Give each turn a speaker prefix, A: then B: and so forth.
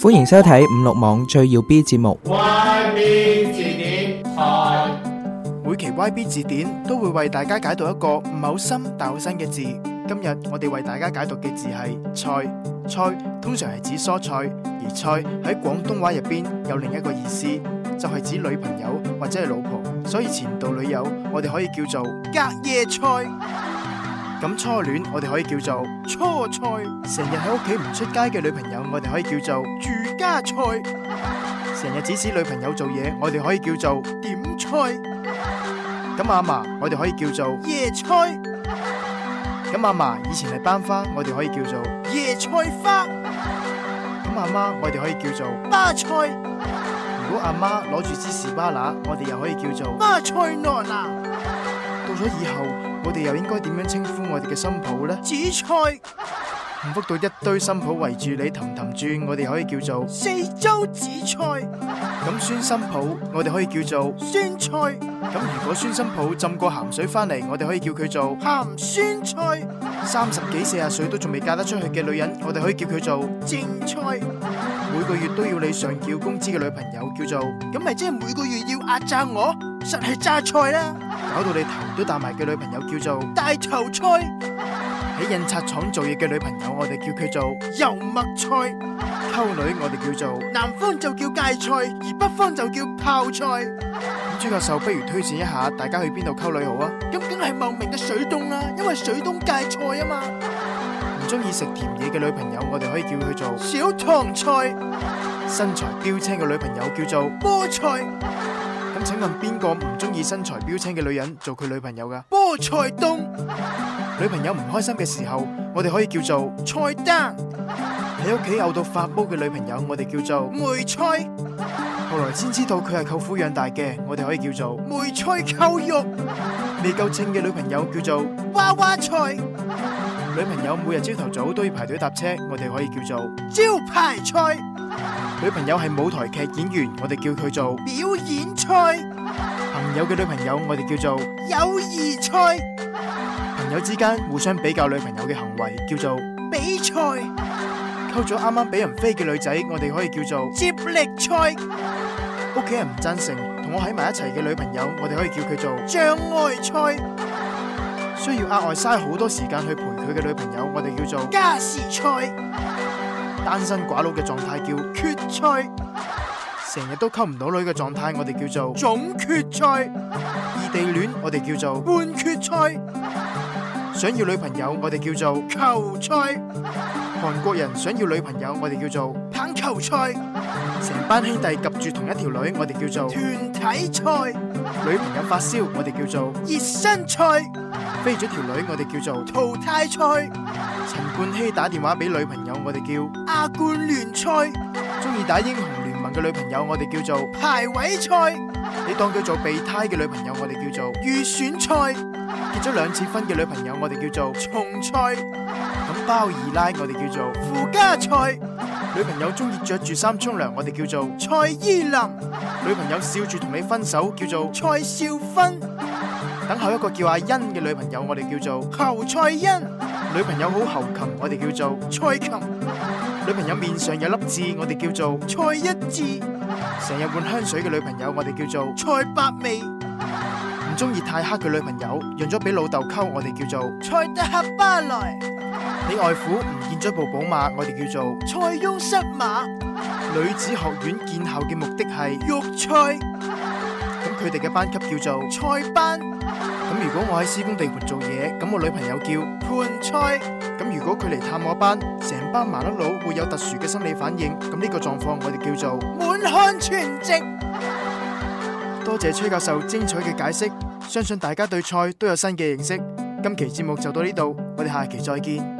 A: 歡迎收睇五六網最耀 B 節目。
B: YB 字典台，
C: 每期 YB 字典都會為大家解讀一個唔係好深但好新嘅字。今日我哋為大家解讀嘅字係菜。菜通常係指蔬菜，而菜喺廣東話入邊有另一個意思，就係、指女朋友或者係老婆。所以前度女友我哋可以叫做隔夜菜。咁初戀我哋可以叫做初菜，成日喺屋企唔出街嘅女朋友我哋可以叫做住家菜，成日指使女朋友做嘢我哋可以叫做點菜。咁啊阿嫲，我哋可以叫做椰菜。咁阿嫲以前係班花，我哋可以叫做椰菜花。咁阿媽，我哋可以叫做巴菜。如果阿媽攞住支士巴拿，我哋又可以叫做巴塞羅那。到咗以後，我哋又應該點樣稱呼我哋嘅新抱呢？紫菜。幸福到一堆新抱圍住你氹氹轉，我哋可以叫做四周紫菜。咁酸心抱，我哋可以叫做酸菜。咁如果酸心抱浸過鹹水返嚟，我哋可以叫佢做鹹酸菜。三十幾四十歲都仲未嫁得出去嘅女人，我哋可以叫佢做正菜。每個月都要你上繳工資嘅女朋友叫做，咁咪即係每個月要壓榨我，實係榨菜啦。搞到你頭都大埋嘅女朋友叫做大頭菜。喺印刷廠做嘢嘅女朋友，我哋叫佢做油麥菜；溝女我哋叫做南方就叫芥菜，而北方就叫泡菜。咁朱教授不如推薦一下大家去邊度溝女好啊？咁梗係茂名嘅水東啦，因為水東芥菜啊嘛。唔中意食甜嘢嘅女朋友，我哋可以叫佢做小糖菜；身材標青嘅女朋友叫做菠菜。咁請問邊個唔中意身材標青嘅女人做佢女朋友㗎？菠菜冬。女朋友唔開心嘅時候，我哋可以叫做菜單；喺屋企嘔到發毛嘅女朋友，我哋叫做梅菜。後來先知道佢係舅父養大嘅，我哋可以叫做梅菜扣肉。未夠稱嘅女朋友叫做娃娃菜。女朋友每日朝頭早都要排隊搭車，我哋可以叫做招牌菜。女朋友係舞台劇演員，我哋叫佢做表演菜。朋友嘅女朋友，我哋叫做友誼菜。朋友之間互相比較女朋友嘅行為叫做比賽。溝咗啱啱俾人飛嘅女仔，我哋可以叫做接力賽。屋企人唔贊成同我喺埋一齊嘅女朋友，我哋可以叫佢做障礙賽。需要額外嘥好多時間去陪佢嘅女朋友，我哋叫做加時賽。單身寡佬嘅狀態叫決賽。成日都溝唔到女嘅狀態，我哋叫做總決賽。異地戀我哋叫做半決賽。想要女朋友，我哋叫做球賽；韓國人想要女朋友，我哋叫做棒球賽；成班兄弟及住同一條女，我哋叫做團體賽；女朋友發燒，我哋叫做熱身賽；飛咗條女，我哋叫做淘汰賽；陳冠希打電話俾女朋友，我哋叫亞冠聯賽；中意打英雄聯盟嘅女朋友，我哋叫做排位賽；你當佢做備胎嘅女朋友，我哋叫做預選賽。結咗兩次婚嘅女朋友，我哋叫做重菜；咁包二奶，我哋叫做附加菜。女朋友中意着住衫沖涼，我哋叫做蔡依林。女朋友笑住同你分手，叫做蔡少芬。等候一個叫阿欣嘅女朋友，我哋叫做侯賽欣。女朋友好喉擒，我哋叫做蔡琴。女朋友面上有粒痣，我哋叫做蔡一痣。成日換香水嘅女朋友，我哋叫做蔡百味。唔中意太黑嘅女朋友，讓咗俾老豆溝，我哋叫做塞德克巴萊。你外父唔見咗部寶馬，我哋叫做塞翁失馬。女子學院建校嘅目的係育才，咁佢哋嘅班級叫做菜班。咁如果我喺施工地盤做嘢，咁我女朋友叫盤菜。咁如果佢嚟探我班，成班麻甩佬會有特殊嘅心理反應，咁呢個狀況我哋叫做滿漢全席。多謝崔教授精彩嘅解釋，相信大家對菜都有新嘅認識。今期節目就到呢度，我哋下期再見。